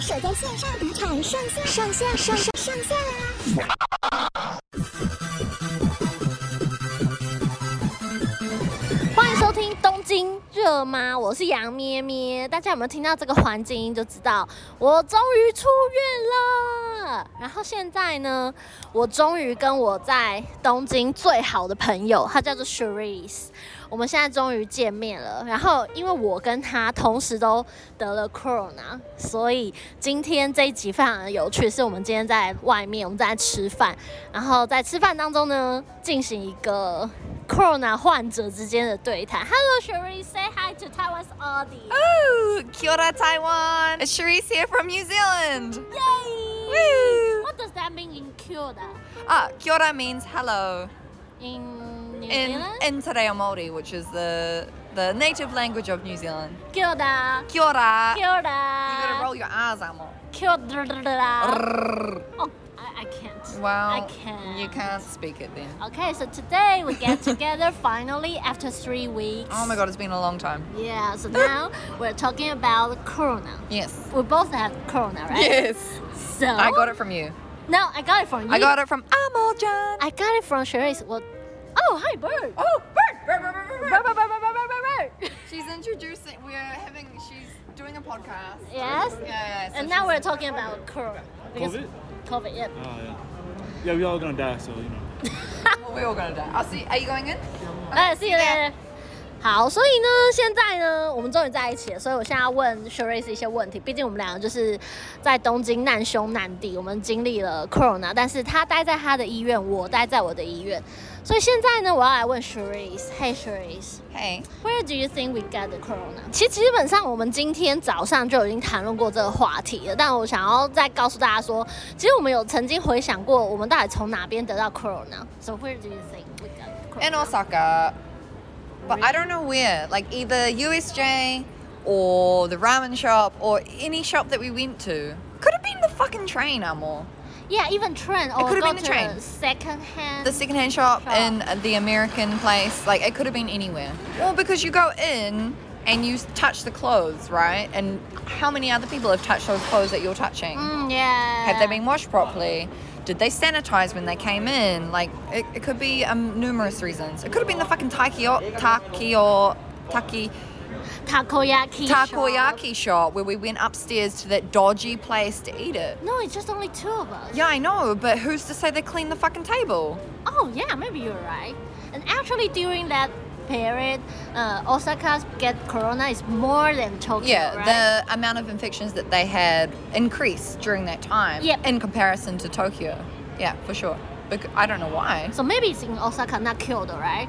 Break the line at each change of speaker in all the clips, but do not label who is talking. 首家线上赌场上线上线上上线啦！
欢迎收听《东京热吗》，我是杨咩咩。大家有没有听到这个环境音就知道我终于出院了。然后现在呢，我终于跟我在东京最好的朋友，他叫做 Cherise，我们现在终于见面了。然后因为我跟他同时都得了 corona，所以今天这一集非常的有趣，是我们今天在外面，我们在吃饭，然后在吃饭当中呢，进行一个 corona 患者之间的对谈。Hello, Sherry, say hi to Taiwan's audience.
Ooh, Kia ora, Taiwan. It's Cherise here from New Zealand.
Yay! What does that mean in Kyoto?
Ah, kia ora means hello
In New
in
Zealand?
in Te Reo Māori, which is the the native language of New Zealand.
Kyoto.
Kia ora. You
Kyoto.
gotta roll your R's, Amo.
Kyoto.
Brrr.
Oh, I, I can't. I
Well,
can't.
you can't speak it then.
Okay, so today we get together finally after three weeks.
Oh my God, it's been a long time.
Yeah, so now we're talking about corona.
Yes.
We both have corona, right?
Yes.
So
I got it from you.
No, I got it from you. Ah.
I got it from Amojan.
I got it from Cherise. What? Oh, hi, bird.
Oh, bird, bird, bird, bird, bird, bird. She's introducing. We're having. She's doing a podcast.
Yes.
Yeah, yeah. so
And now
she's-
we're talking about corona. because-
COVID?
COVID. Yeah.
Oh, yeah. Yeah, we all gonna die, so you know.
Well, we're all gonna die. I'll see. Are you going in?
哎，see Uh, you later。好，所以呢，现在呢，我们终于在一起了，所以我现在要问 Sherry 一些问题。毕竟我们两个就是在东京难兄难弟，我们经历了 Corona，但是他待在他的医院，我待在我的医院，所以现在呢，我要来问 Sherry。Hey Sherry。
Hey.
Where do you think we got the corona？其实基本上我们今天早上就已经谈论过这个话题了，但我想要再告诉大家说，其实我们有曾经回想过，我们到底从哪边得到 corona。So where do you think we got the corona？
In Osaka. But I don't know where. Like either USJ or the ramen shop or any shop that we went to. Could have been the fucking train, Amor.
Yeah, even train or
could have
go
been the
to
train.
second hand.
The secondhand shop
Mm. Shop.
in the American place. Like it could have been anywhere. Or because you go in and you touch the clothes, right? And how many other people have touched those clothes that you're touching?
Mm, yeah.
Have they been washed properly? Did they sanitize when they came in? Like, it, it could be um, numerous reasons. It could have been the fucking taikio, takio, taki,
takoyaki? shop.
takoyaki shop where we went upstairs to that dodgy place to eat it.
No, it's just only two of us.
Yeah, I know, but who's to say they clean the fucking table?
Oh yeah, maybe you're right. And actually, during that period, uh, Osaka's get corona is more than Tokyo,
Yeah,
right?
the amount of infections that they had increased during that time
Yep.
in comparison to Tokyo. Yeah, for sure. But I don't know why.
So maybe it's in Osaka, not Kyoto, right?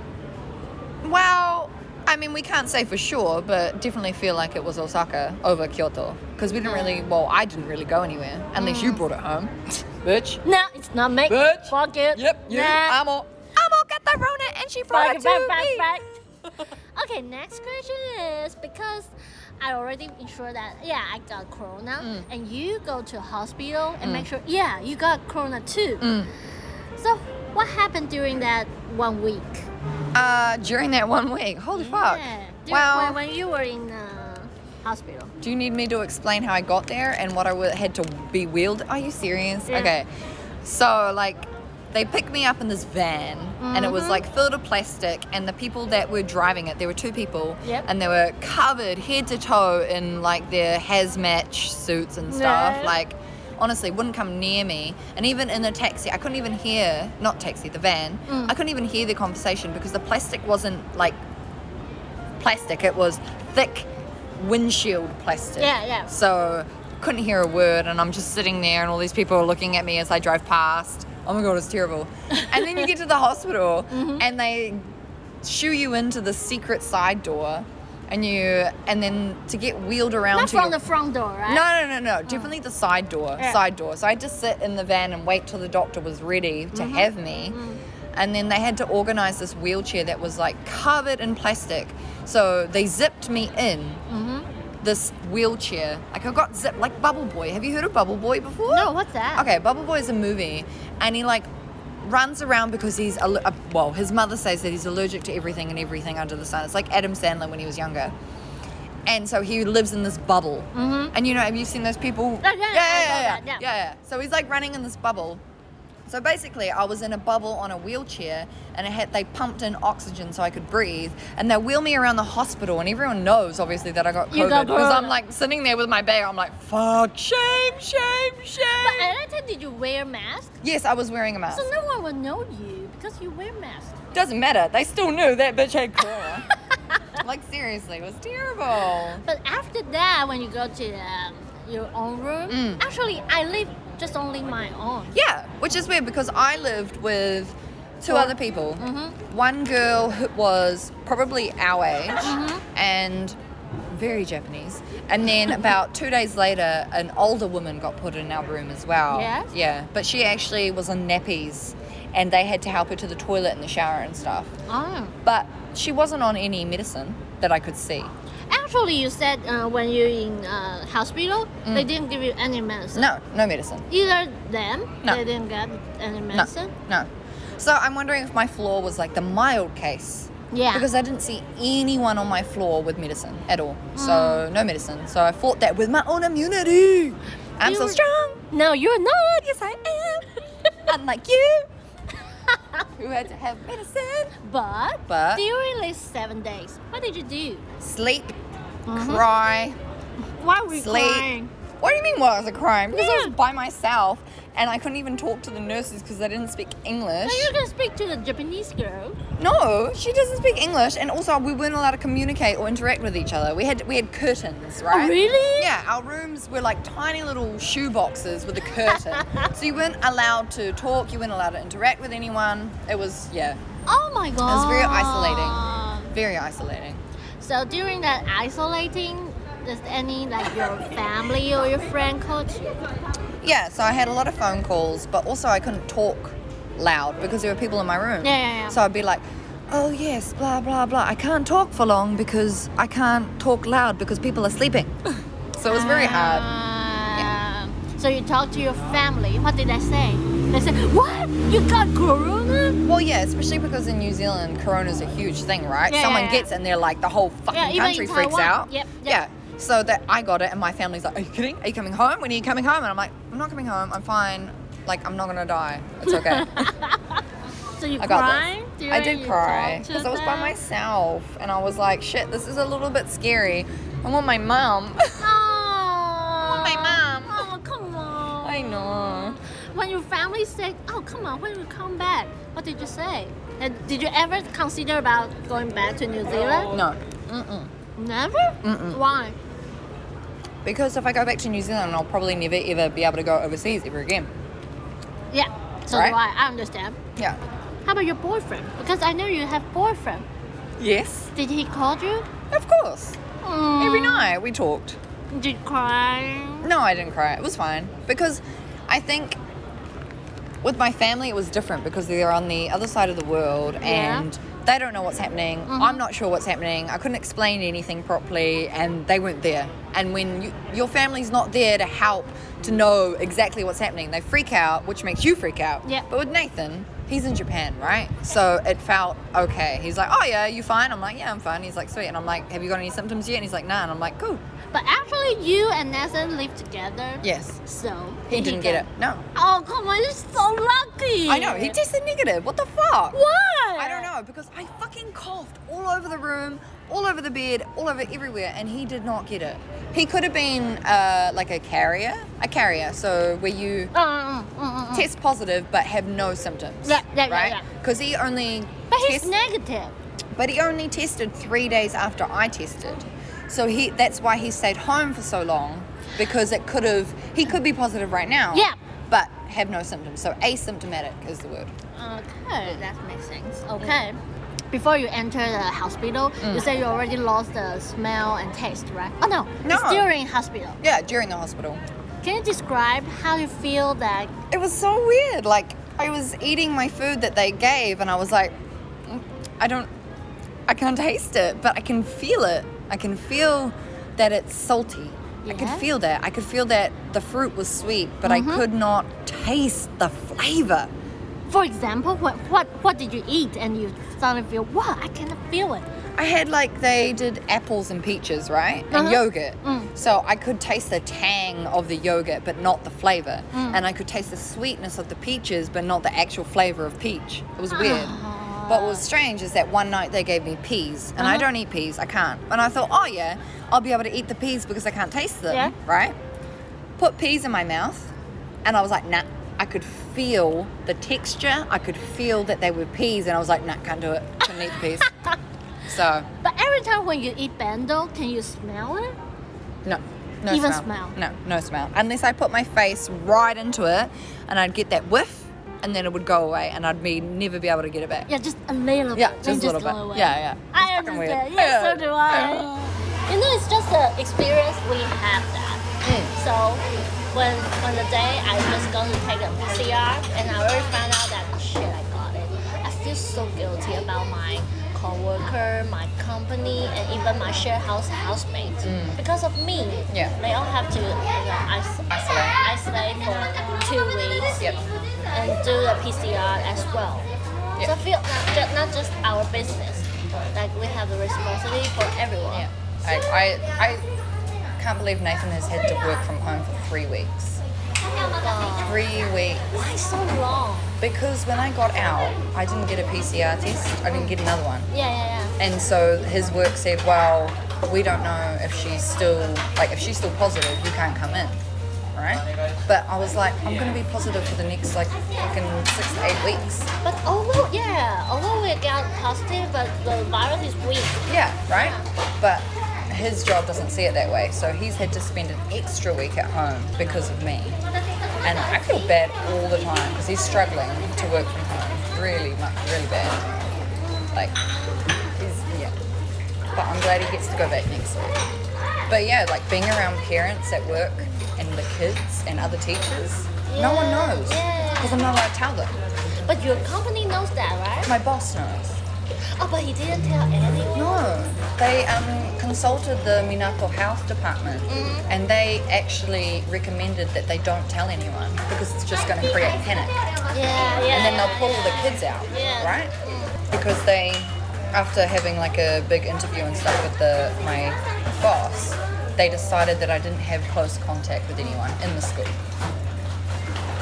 Well, I mean, we can't say for sure, but definitely feel like it was Osaka over Kyoto because we didn't really. Well, I didn't really go anywhere unless you brought it home, bitch.
No, it's not me.
Bitch.
Fuck it.
Yep, you.
Nah.
I'm all. I'm all got the Rona, and she brought
Fuck
it
it.
to
Back,
me.
back, back. okay, next question is because I already ensured that yeah I got corona,
Mm.
and you go to hospital and make sure yeah you got corona too.
Mm.
So what happened during that one week?
Uh, during that one week, holy fuck.
Yeah. Dur-
Well,
when, when you were in uh, hospital.
Do you need me to explain how I got there and what I w- had to be wheeled? Are you serious?
Yeah.
Okay. So, like, they picked me up in this van and it was
Mhm.
like filled with plastic. And the people that were driving it, there were two people,
Yep.
and they were covered head to toe in like their hazmat suits and stuff.
Yeah.
Like, honestly, wouldn't come near me. And even in the taxi, I couldn't even hear, not taxi, the van,
Mm.
I couldn't even hear the conversation because the plastic wasn't like plastic, it was thick windshield plastic.
Yeah, yeah.
So couldn't hear a word, and I'm just sitting there, and all these people are looking at me as I drive past. Oh my god, it's terrible. and then you get to the hospital,
Mm-hmm.
and they shoo you into the secret side door, and you, and then to get wheeled around
Not
to
from
your-
the front door, right?
no, no, no, no. Definitely the side door.
Yeah.
Side door. So I had to sit in the van and wait till the doctor was ready to
Mm-hmm.
have me. And then they had to organize this wheelchair that was like covered in plastic. So they zipped me in
Mm-hmm.
this wheelchair. Like I got zipped, like Bubble Boy. Have you heard of Bubble Boy before?
No, what's that?
Okay, Bubble Boy is a movie, and he like runs around because he's al- uh, well, his mother says that he's allergic to everything and everything under the sun. It's like Adam Sandler when he was younger, And so he lives in this bubble.
Mhm.
And you know, have you seen those people?
Oh, Yeah, yeah, I know
yeah, yeah,
that, yeah.
yeah, yeah. So he's like running in this bubble. So basically, I was in a bubble on a wheelchair, and it had they pumped in oxygen so I could breathe, and they wheel me around the hospital, and everyone knows obviously that I got
You got
COVID because I'm
corona.
like sitting there with my bag, I'm like, fuck, shame, shame,
But
shame.
at that time, did you wear mask?
Yes, I was wearing a mask.
So no one would know you because you wear mask.
Doesn't matter. They still knew that bitch had corona. like seriously, it was terrible.
But after that, when you go to um, your own room,
Mm.
actually, I live just only my own.
Yeah, which is weird because I lived with two
Four.
other people.
Mhm.
One girl who was probably our age
Mm-hmm.
and very Japanese. And then about two days later, an older woman got put in our room as well.
Yes?
Yeah, but she actually was on nappies and they had to help her to the toilet and the shower and stuff.
Oh.
But she wasn't on any medicine that I could see.
Actually, you said uh, when you're in uh, hospital, they didn't give you any medicine.
Mm. No, no medicine.
Either them,
No.
they didn't get any
No,
medicine.
no. So I'm wondering if my flaw was like the mild case.
Yeah.
Because I didn't see anyone on my floor with medicine at all.
Oh.
So no medicine. So I fought that with my own immunity. I'm
You
so
were-
strong.
no, you're not.
Yes, I am. Unlike you, who had to have medicine.
But,
But-
during these seven days, what did you do?
Sleep, cry,
Why were you
sleep.
Uh-huh. crying?
What do you mean? Why was I crying? Because I was by myself and I couldn't even talk to the nurses because they didn't speak English.
So you can speak to the Japanese girl.
No, she doesn't speak English, and also we weren't allowed to communicate or interact with each other. We had we had curtains, right?
Oh, really?
Yeah, our rooms were like tiny little shoe boxes with a curtain, so you weren't allowed to talk. You weren't allowed to interact with anyone. It was yeah,
Oh my god.
was very isolating. very isolating.
So during that isolating, does any like your family or your friend call you?
Yeah, so I had a lot of phone calls, but also I couldn't talk loud because there were people in my room.
Yeah, yeah, yeah.
So I'd be like, oh yes, blah blah blah. I can't talk for long because I can't talk loud because people are sleeping. so it was very hard.
Ah, Uh, So you talk to your family. What did they say? They said, "What? You got corona?"
Well, yeah, especially because in New Zealand, corona's a huge thing, right?
Yeah,
Someone
yeah, yeah.
gets it and they're like, the whole fucking
Yeah, even
country
in
freaks
Taiwan.
out.
Yep, yep.
Yeah. So that I got it, and my family's like, "Are you kidding? Are you coming home? When are you coming home?" And I'm like, "I'm not coming home. I'm fine. Like, I'm not gonna die. It's okay.
So you
I got
cry?
this. I did cry because
because
I was by myself, and I was like, "Shit, this is a little bit scary. I want my mum. my mom.
Oh come on.
I know.
When your family said, "Oh come on, when you come back," what did you say? And did you ever consider about going back to New Zealand?
No. Mm-mm.
Never.
Mm-mm.
Why?
Because if I go back to New Zealand, I'll probably never ever be able to go overseas ever again.
Yeah. So
Right.
do I. I understand.
Yeah.
How about your boyfriend? Because I know you have boyfriend.
Yes.
Did he call you?
Of course. Every
Mm.
night we talked.
Did you cry?
No, I didn't cry. It was fine because I think with my family it was different because they're on the other side of the world
Yeah. Mm-hmm.
and they don't know what's happening. I'm not sure what's happening. I couldn't explain anything properly and they weren't there. And when you, your family's not there to help to know exactly what's happening, they freak out, which makes you freak out.
Yeah.
But with Nathan, he's in Japan, right? So it felt okay. He's like, "Oh yeah, you fine?" I'm like, "Yeah, I'm fine." He's like, "Sweet." And I'm like, "Have you got any symptoms yet?" And he's like, "Nah." And I'm like, "Cool."
But actually, you and Nathan live together.
Yes.
So
He didn't get it. No.
Oh come on, you're so lucky.
I know, he tested negative. What the fuck?
Why?
I don't know, because I fucking coughed all over the room, all over the bed, all over everywhere, and he did not get it. He could have been uh, like a carrier. A carrier, so where you
Mm, mm, mm, mm.
test positive but have no symptoms.
Yeah, yeah, yeah, yeah.
Because he only.
But he's
test-
negative.
but he only tested three days after I tested. So he that's why he stayed home for so long because it could have he could be positive right now.
Yeah.
But have no symptoms. So asymptomatic is the word. Oh,
Okay, that makes sense. Okay. Before you enter the hospital, you
Mm.
say you already lost the smell and taste, right? Oh no,
No.
it's during hospital.
Yeah, during the hospital.
Can you describe how you feel that?
It was so weird. Like I was eating my food that they gave and I was like "Mm, I don't I can't taste it, but I can feel it. I can feel that it's salty. I could
Yeah.
feel that. I could feel that the fruit was sweet, but I could not taste the flavor.
For example, what what what did you eat and you suddenly feel? Wow, I cannot feel it.
I had like they did apples and peaches, right? And
Uh-huh.
yogurt.
Mm.
So I could taste the tang of the yogurt, but not the flavor.
Mm.
And I could taste the sweetness of the peaches, but not the actual flavor of peach. It was weird. But what was strange is that one night they gave me peas, and I
Uh-huh.
don't eat peas. I can't. And I thought, oh yeah, I'll be able to eat the peas because I can't taste them,
Yeah.
right? Put peas in my mouth, and I was like, nah. I could feel the texture. I could feel that they were peas, and I was like, nah, can't do it. Couldn't eat peas. So
But every time when you eat bando, can you smell it?
no, no
Even smell?
smell. No, no smell. Unless I put my face right into it, and I'd get that whiff, and then it would go away, and I'd be never be able to get it back.
Yeah, just a little
Yeah,
bit.
just a
then
little bit.
go away.
Yeah, yeah. It's
I
fucking weird.
understand. Yeah, so do I.
Yeah.
You know, it's just an experience we have that.
Mm.
So when when the day I just going to take a PCR and I already found out that shit I got it. I feel so guilty about my coworker, my company, and even my share house housemates because of me.
Mm. Yeah.
They all have to you know, is-
Isolate.
isolate for two weeks
Yep.
and do the PCR as well.
Yeah.
So I feel not just, not just our business, like we have a responsibility for everyone.
Yeah. I, I, I can't believe Nathan has had to work from home for three weeks.
Wow.
Three weeks.
Why so long?
Because when I got out, I didn't get a PCR test. I didn't get another one.
Yeah, yeah, yeah.
And so his work said, well, we don't know if she's still, like, if she's still positive, you can't come in, right? But I was like, I'm going to be positive for the next, like, fucking six to eight weeks.
But although, yeah, although we got positive, but the virus is weak.
Yeah, right? But his job doesn't see it that way, so he's had to spend an extra week at home because of me. And I feel bad all the time because he's struggling to work from home really much, really bad. Like, he's, yeah. But I'm glad he gets to go back next week. But yeah, like being around parents at work and the kids and other teachers, no one
Yeah,
knows
yeah.
because I'm not allowed to tell them.
But your company knows that, right?
My boss knows.
Oh, but he didn't tell anyone.
No, they um, consulted the Minato Health Department,
Mm-hmm.
and they actually recommended that they don't tell anyone because it's just going to create panic,
Yeah, yeah.
and then they'll
yeah,
pull
yeah.
the kids out,
Yeah.
right? Because they, after having like a big interview and stuff with the my boss, they decided that I didn't have close contact with anyone in the school.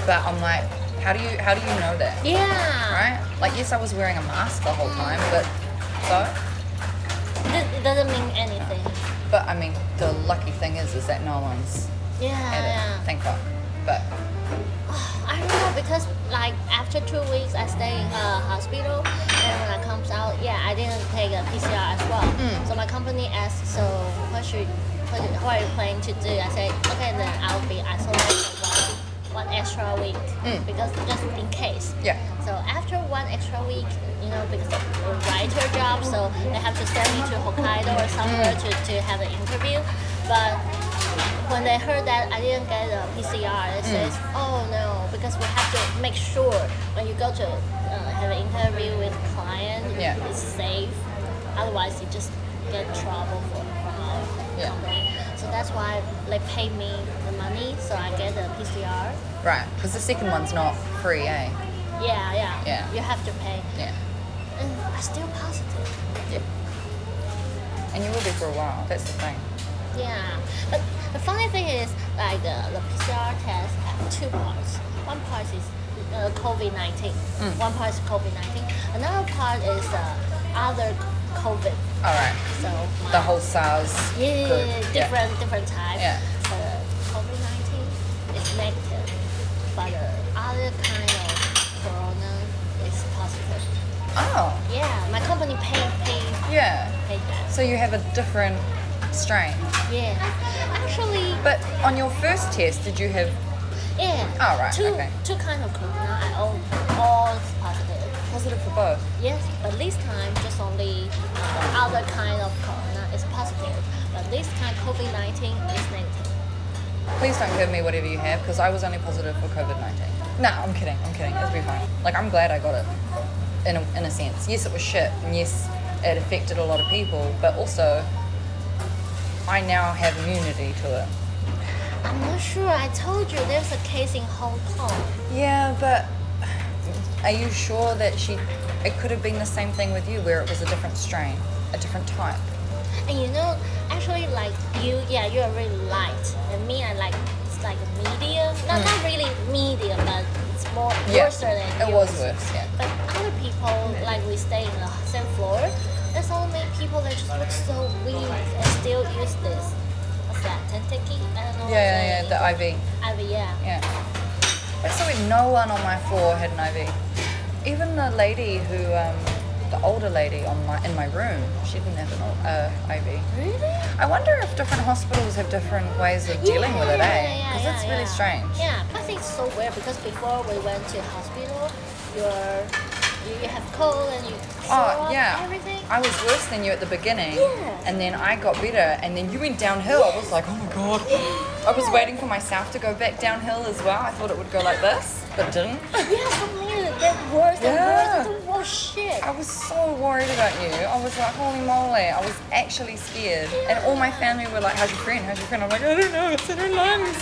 But I'm like, how do you how do you know that?
Yeah.
Right? Like, yes, I was wearing a mask the whole time, but so.
It- It doesn't mean anything.
But I mean, the lucky thing is, is that no one's
Yeah,
had
yeah.
it. Thank God. But
I don't know because like after two weeks I stay in a hospital and when I comes out, yeah, I didn't take a PCR as well.
Mm.
So my company asked, so what should what, what are you planning to do? I said, okay, then I'll be isolated for one, one extra week
Mm.
because just in case.
yeah,
So after one extra week, you know, because of a writer job, so they have to send me to Hokkaido or somewhere to, to have an interview. But when they heard that I didn't get a PCR,
Mm.
it says, oh no, because we have to make sure when you go to uh, have an interview with client,
Yeah.
it's safe. Otherwise, you just get trouble for from our
Yeah.
company. So that's why they pay me the money, so I get a PCR.
right. Because the second one's not free, eh?
Yeah, yeah.
Yeah.
You have to pay.
Yeah.
And I Uh, still positive.
Yeah. And you will be for a while. That's the thing.
Yeah, but the funny thing is, like the, the PCR test have two parts. One part is uh, COVID nineteen.
Mm.
One part is COVID nineteen. Another part is uh, other COVID.
All right.
So my,
The whole SARS.
yeah,
group.
different different type.
Yeah.
So COVID nineteen is negative, but the other kind of corona is positive.
Oh,
Yeah, my company paid paid
yeah.
paid that.
So you have a different strain.
Yeah, actually.
But on your first test, did you have?
Yeah.
Oh, right,
Two
okay.
two kind of corona. I all all is positive.
Positive for both.
Yes, but this time just only uh, other kind of corona is positive, but this time COVID nineteen is negative.
Please don't give me whatever you have because I was only positive for COVID 19. No, I'm kidding. I'm kidding. It'll be fine. Like, I'm glad I got it in a, in a sense. Yes, it was shit, and yes, it affected a lot of people, but also, I now have immunity to it.
I'm not sure. I told you there's a case in Hong Kong.
Yeah, but are you sure that she. It could have been the same thing with you where it was a different strain. a different type.
And you know, actually, like you, yeah, you're really light, and me, I like it's like a medium. Not not really medium, but it's more
Hmm. Yeah,
worse than
it was
yours.
worse, yeah.
But other people, like we stay in the same floor, there's so many people that just look so weak and still use this. What's that? Tentaki? I don't know.
Yeah, yeah, yeah,
That,
the IV.
I mean, yeah.
Yeah. But so weird, no one on my floor had an IV. Even the lady who, um, the older lady on my in my room, she didn't have an o- uh, IV.
Really?
I wonder if different hospitals have different ways of dealing with it, eh? Because it's really
yeah.
strange.
Yeah, I think it's so weird because before we went to hospital, you're, you you have cold and you
Oh
sore,
yeah,
uh, everything.
I was worse than you at the beginning,
Yeah.
and then I got better, and then you went downhill. I was like, oh my god. I was waiting for myself to go back downhill as well. I thought it would go like this, but it didn't.
Yeah, something like that worse and
Yeah. Oh.
worse and worse shit.
I was so worried about you. I was like, holy moly, I was actually scared. And all my family were like, how's your friend? How's your friend? I'm like, I don't know, it's in her lungs.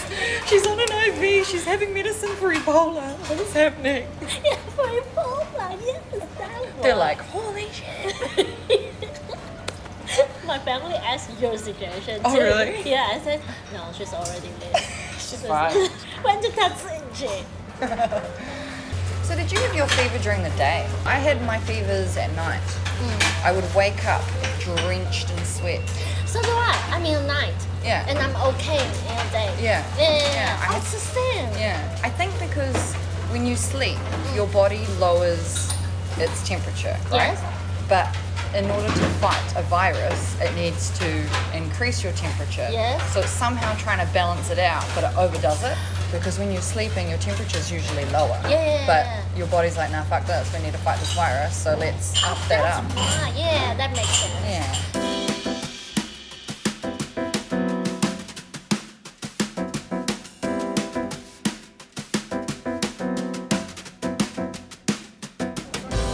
She's on an IV, she's having medicine for Ebola. What is happening?
Yeah, for Ebola, yes, that one.
They're like, holy shit.
my family asked your situation
Oh,
too.
really?
Yeah, I said, no, she's already late. she's
fine.
When did that change?
So did you have your fever during the day? I had my fevers at night. I would wake up drenched in sweat.
So do I. I mean, at night.
Yeah.
And I'm okay in the day.
Yeah.
Yeah.
Yeah, I-
It's the same.
Yeah. I think because when you sleep, your body lowers its temperature, right?
Yes.
But in order to fight a virus, it needs to increase your temperature.
Yes.
So it's somehow trying to balance it out, but it overdoes it because when you're sleeping, your temperature's usually lower.
Yeah.
But your body's like, nah, fuck this. We need to fight this virus, so let's up that
That's
up.
why. Ah, Yeah, that makes sense.
Yeah.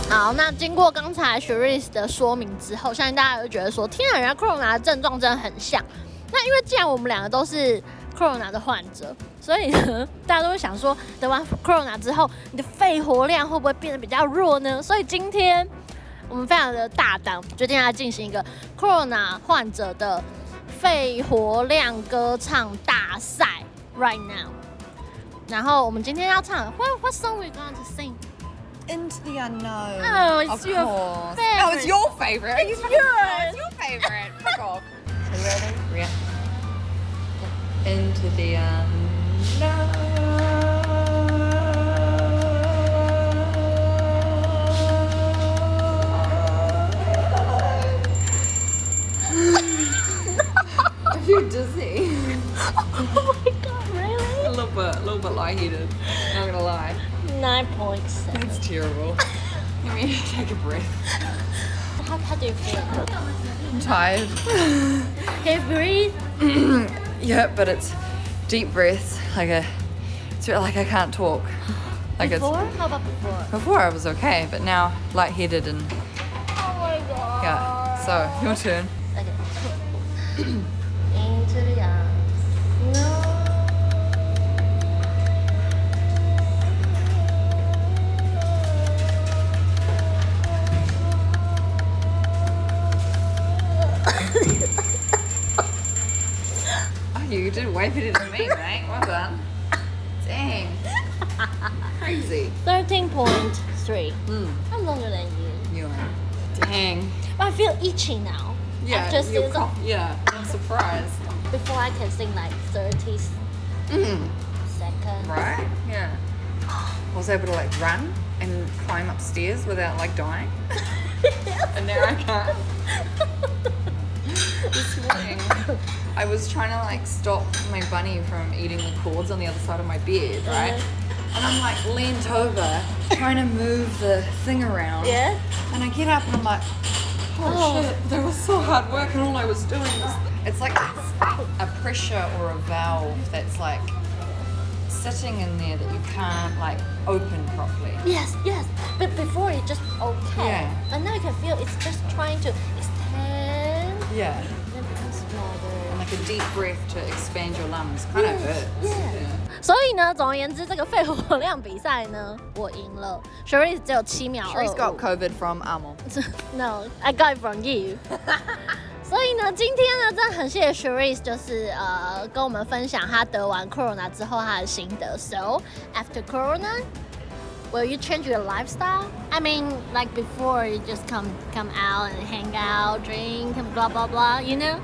好，那经过刚才 s h e r i s 的说明之后，相信大家就觉得说，天啊，人家 Corona 的症状真的很像。那因为既然我们两个都是 Corona 的患者，所以呢， 大家都会想说，得完 Corona 之后，你的肺活量会不会变得比较弱呢？所以今天我们非常的大胆，决定来进行一个 Corona 患者的肺活量歌唱大赛，right now。然后我们今天要唱 What What song we going to sing？
Into the unknown.
Oh, it's
of
your
course.
favourite.
Oh, it's your favorite. Are you
It's
fucking- oh,
yours.
It's your favorite. Fuck off. Are you ready? Yeah. Into the unknown. I feel dizzy.
Oh my god, really?
A little bit, a little bit lightheaded. Not gonna lie.
Nine point seven.
That's terrible. Let me take a breath.
How, how do you feel?
I'm tired.
Can you breathe?
Yeah, but it's deep breaths. Like a, it's really like I can't talk. Like
before?
it's
How about before?
before I was okay, but now lightheaded and
Oh my god.
yeah. So your turn.
Okay. Into the arms. No.
Oh, you did way better than me, mate. Well done. Dang. Crazy.
Thirteen point three.
Mm.
I'm longer than you.
You are. Dang.
But I feel itchy now.
Yeah.
After
you're
season.
co- yeah. I'm surprised.
Before I can sing like thirty s-
Mm.
seconds.
Right? Yeah. I was able to like run and climb upstairs without like dying. and now I can't. this morning, I was trying to like stop my bunny from eating the cords on the other side of my bed, right? And I'm like leant over, trying to move the thing around.
Yeah.
And I get up and I'm like, oh, shit, that was so hard work and all I was doing was. It's like a pressure or a valve that's like sitting in there that you can't like open properly.
Yes, yes. But before it's just okay.
Yeah.
But now you can feel it's just trying to extend
Yeah.
and become smaller.
And like a deep breath to expand your lungs kind of hurts.
Yeah. 所以呢，总而言之，这个肺活量比赛呢，我赢了。Sherry 只有七秒二
She's got COVID from Amel.
No, I got it from you 。 所以呢，今天呢，真的很谢谢 Cherise，就是呃，跟我们分享她得完 Corona 之后她的心得。So after Corona, will you change your lifestyle? I mean, like before, you just come come out and hang out, drink, and blah blah blah. You know?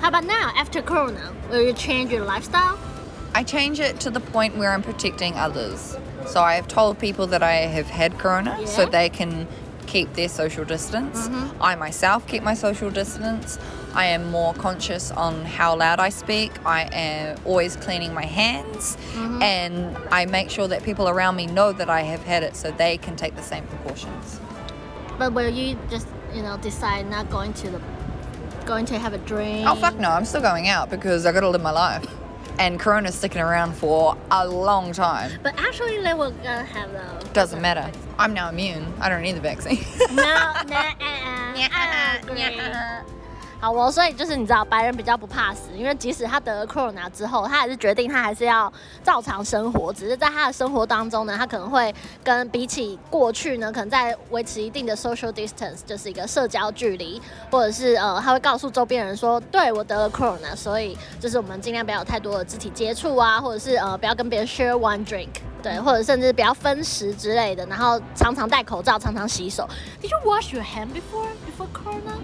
How about now? After Corona, will you change your lifestyle?
I change it to the point where I'm protecting others. So I have told people that I have had corona so
Yeah.
they can keep their social distance. I myself keep my social distance. I am more conscious on how loud I speak. I am always cleaning my hands and I make sure that people around me know that I have had it so they can take the same precautions.
But will you just you know decide not going to the going to have a drink?
Oh fuck no, I'm still going out because I got to live my life. And corona's sticking around for a long time.
But actually, they were gonna have the.
Doesn't matter. I'm now immune. I don't need the vaccine.
No, no, uh, uh, I don't agree. 好哦，所以就是你知道，白人比较不怕死，因为即使他得了 corona 之后，他还是决定他还是要照常生活，只是在他的生活当中呢，他可能会跟比起过去呢，可能在维持一定的 social distance，就是一个社交距离，或者是呃，他会告诉周边人说，对我得了 corona，所以就是我们尽量不要有太多的肢体接触啊，或者是呃，不要跟别人 share one drink。对，或者甚至不要分食之类的，然后常常戴口罩，常常洗手。Did you wash your hand before before corona?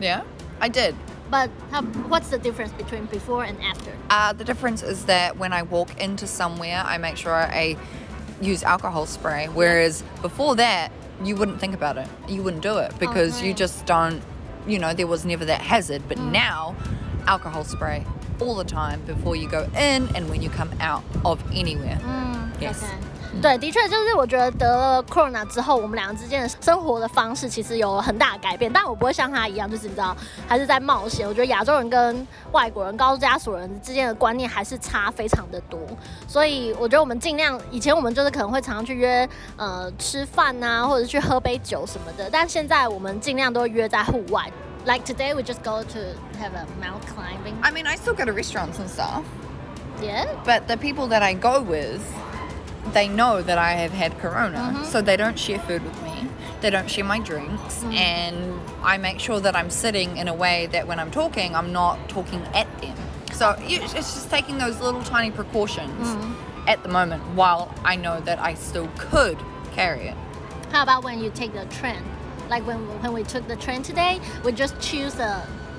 Yeah, I did.
But how, what's the difference between before and after?
Uh, the difference is that when I walk into somewhere, I make sure I use alcohol spray. Whereas before that, you wouldn't think about it. You wouldn't do it because you
Okay.
just don't, you know, there was never that hazard. But now, alcohol spray all the time before you go in and when you come out of anywhere.
Mm,
Yes. 嗯
对，的确就是我觉得得了 corona 之后，我们两个之间的生活的方式其实有很大的改变。但我不会像他一样，就是你知道，还是在冒险。我觉得亚洲人跟外国人、高加索人之间的观念还是差非常的多。所以我觉得我们尽量，以前我们就是可能会常常去约呃吃饭呐、或者去喝杯酒什么的，但现在我们尽量都约在户外。Like today, we just go to have a mount climbing.
I mean, I still go to restaurants and stuff,
Yeah.
but the people that I go with, they know that I have had corona,
Mm-hmm.
so they don't share food with me. They don't share my drinks,
Mm.
and I make sure that I'm sitting in a way that when I'm talking, I'm not talking at them. So you- it's just taking those little tiny precautions
Mm.
at the moment while I know that I still could carry it.
How about when you take the train? Like when when we took the train today, we just choose the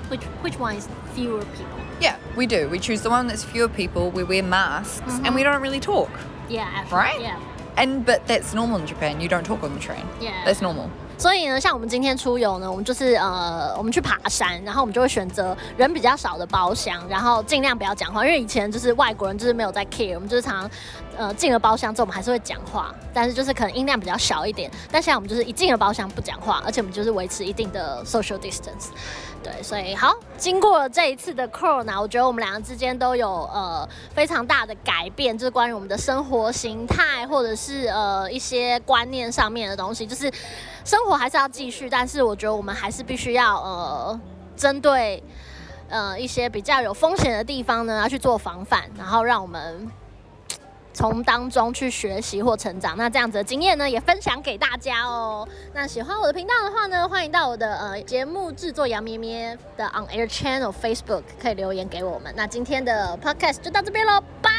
which which one is fewer people.
Yeah, we do. We choose the one that's fewer people, we wear masks, and we don't really talk,
Yeah, actually,
right?
Mm-hmm. Yeah.
And but that's normal in Japan. You don't talk on the train.
Yeah.
That's normal.
所以呢，像我们今天出游呢，我们就是呃，我们去爬山，然后我们就会选择人比较少的包厢，然后尽量不要讲话，因为以前就是外国人就是没有在 care，我们就是常常呃进了包厢之后，我们还是会讲话，但是就是可能音量比较小一点。但现在我们就是一进了包厢不讲话，而且我们就是维持一定的 social distance。对，所以好，经过了这一次的 corona，我觉得我们两个之间都有呃非常大的改变，就是关于我们的生活形态，或者是呃一些观念上面的东西，就是生活还是要继续，但是我觉得我们还是必须要呃针对呃一些比较有风险的地方呢，要去做防范，然后让我们。嗯从当中去学习或成长，那这样子的经验呢，也分享给大家哦。那喜欢我的频道的话呢，欢迎到我的呃节目制作杨咩咩的 On Air Channel Facebook 可以留言给我们。那今天的 Podcast 就到这边喽，拜。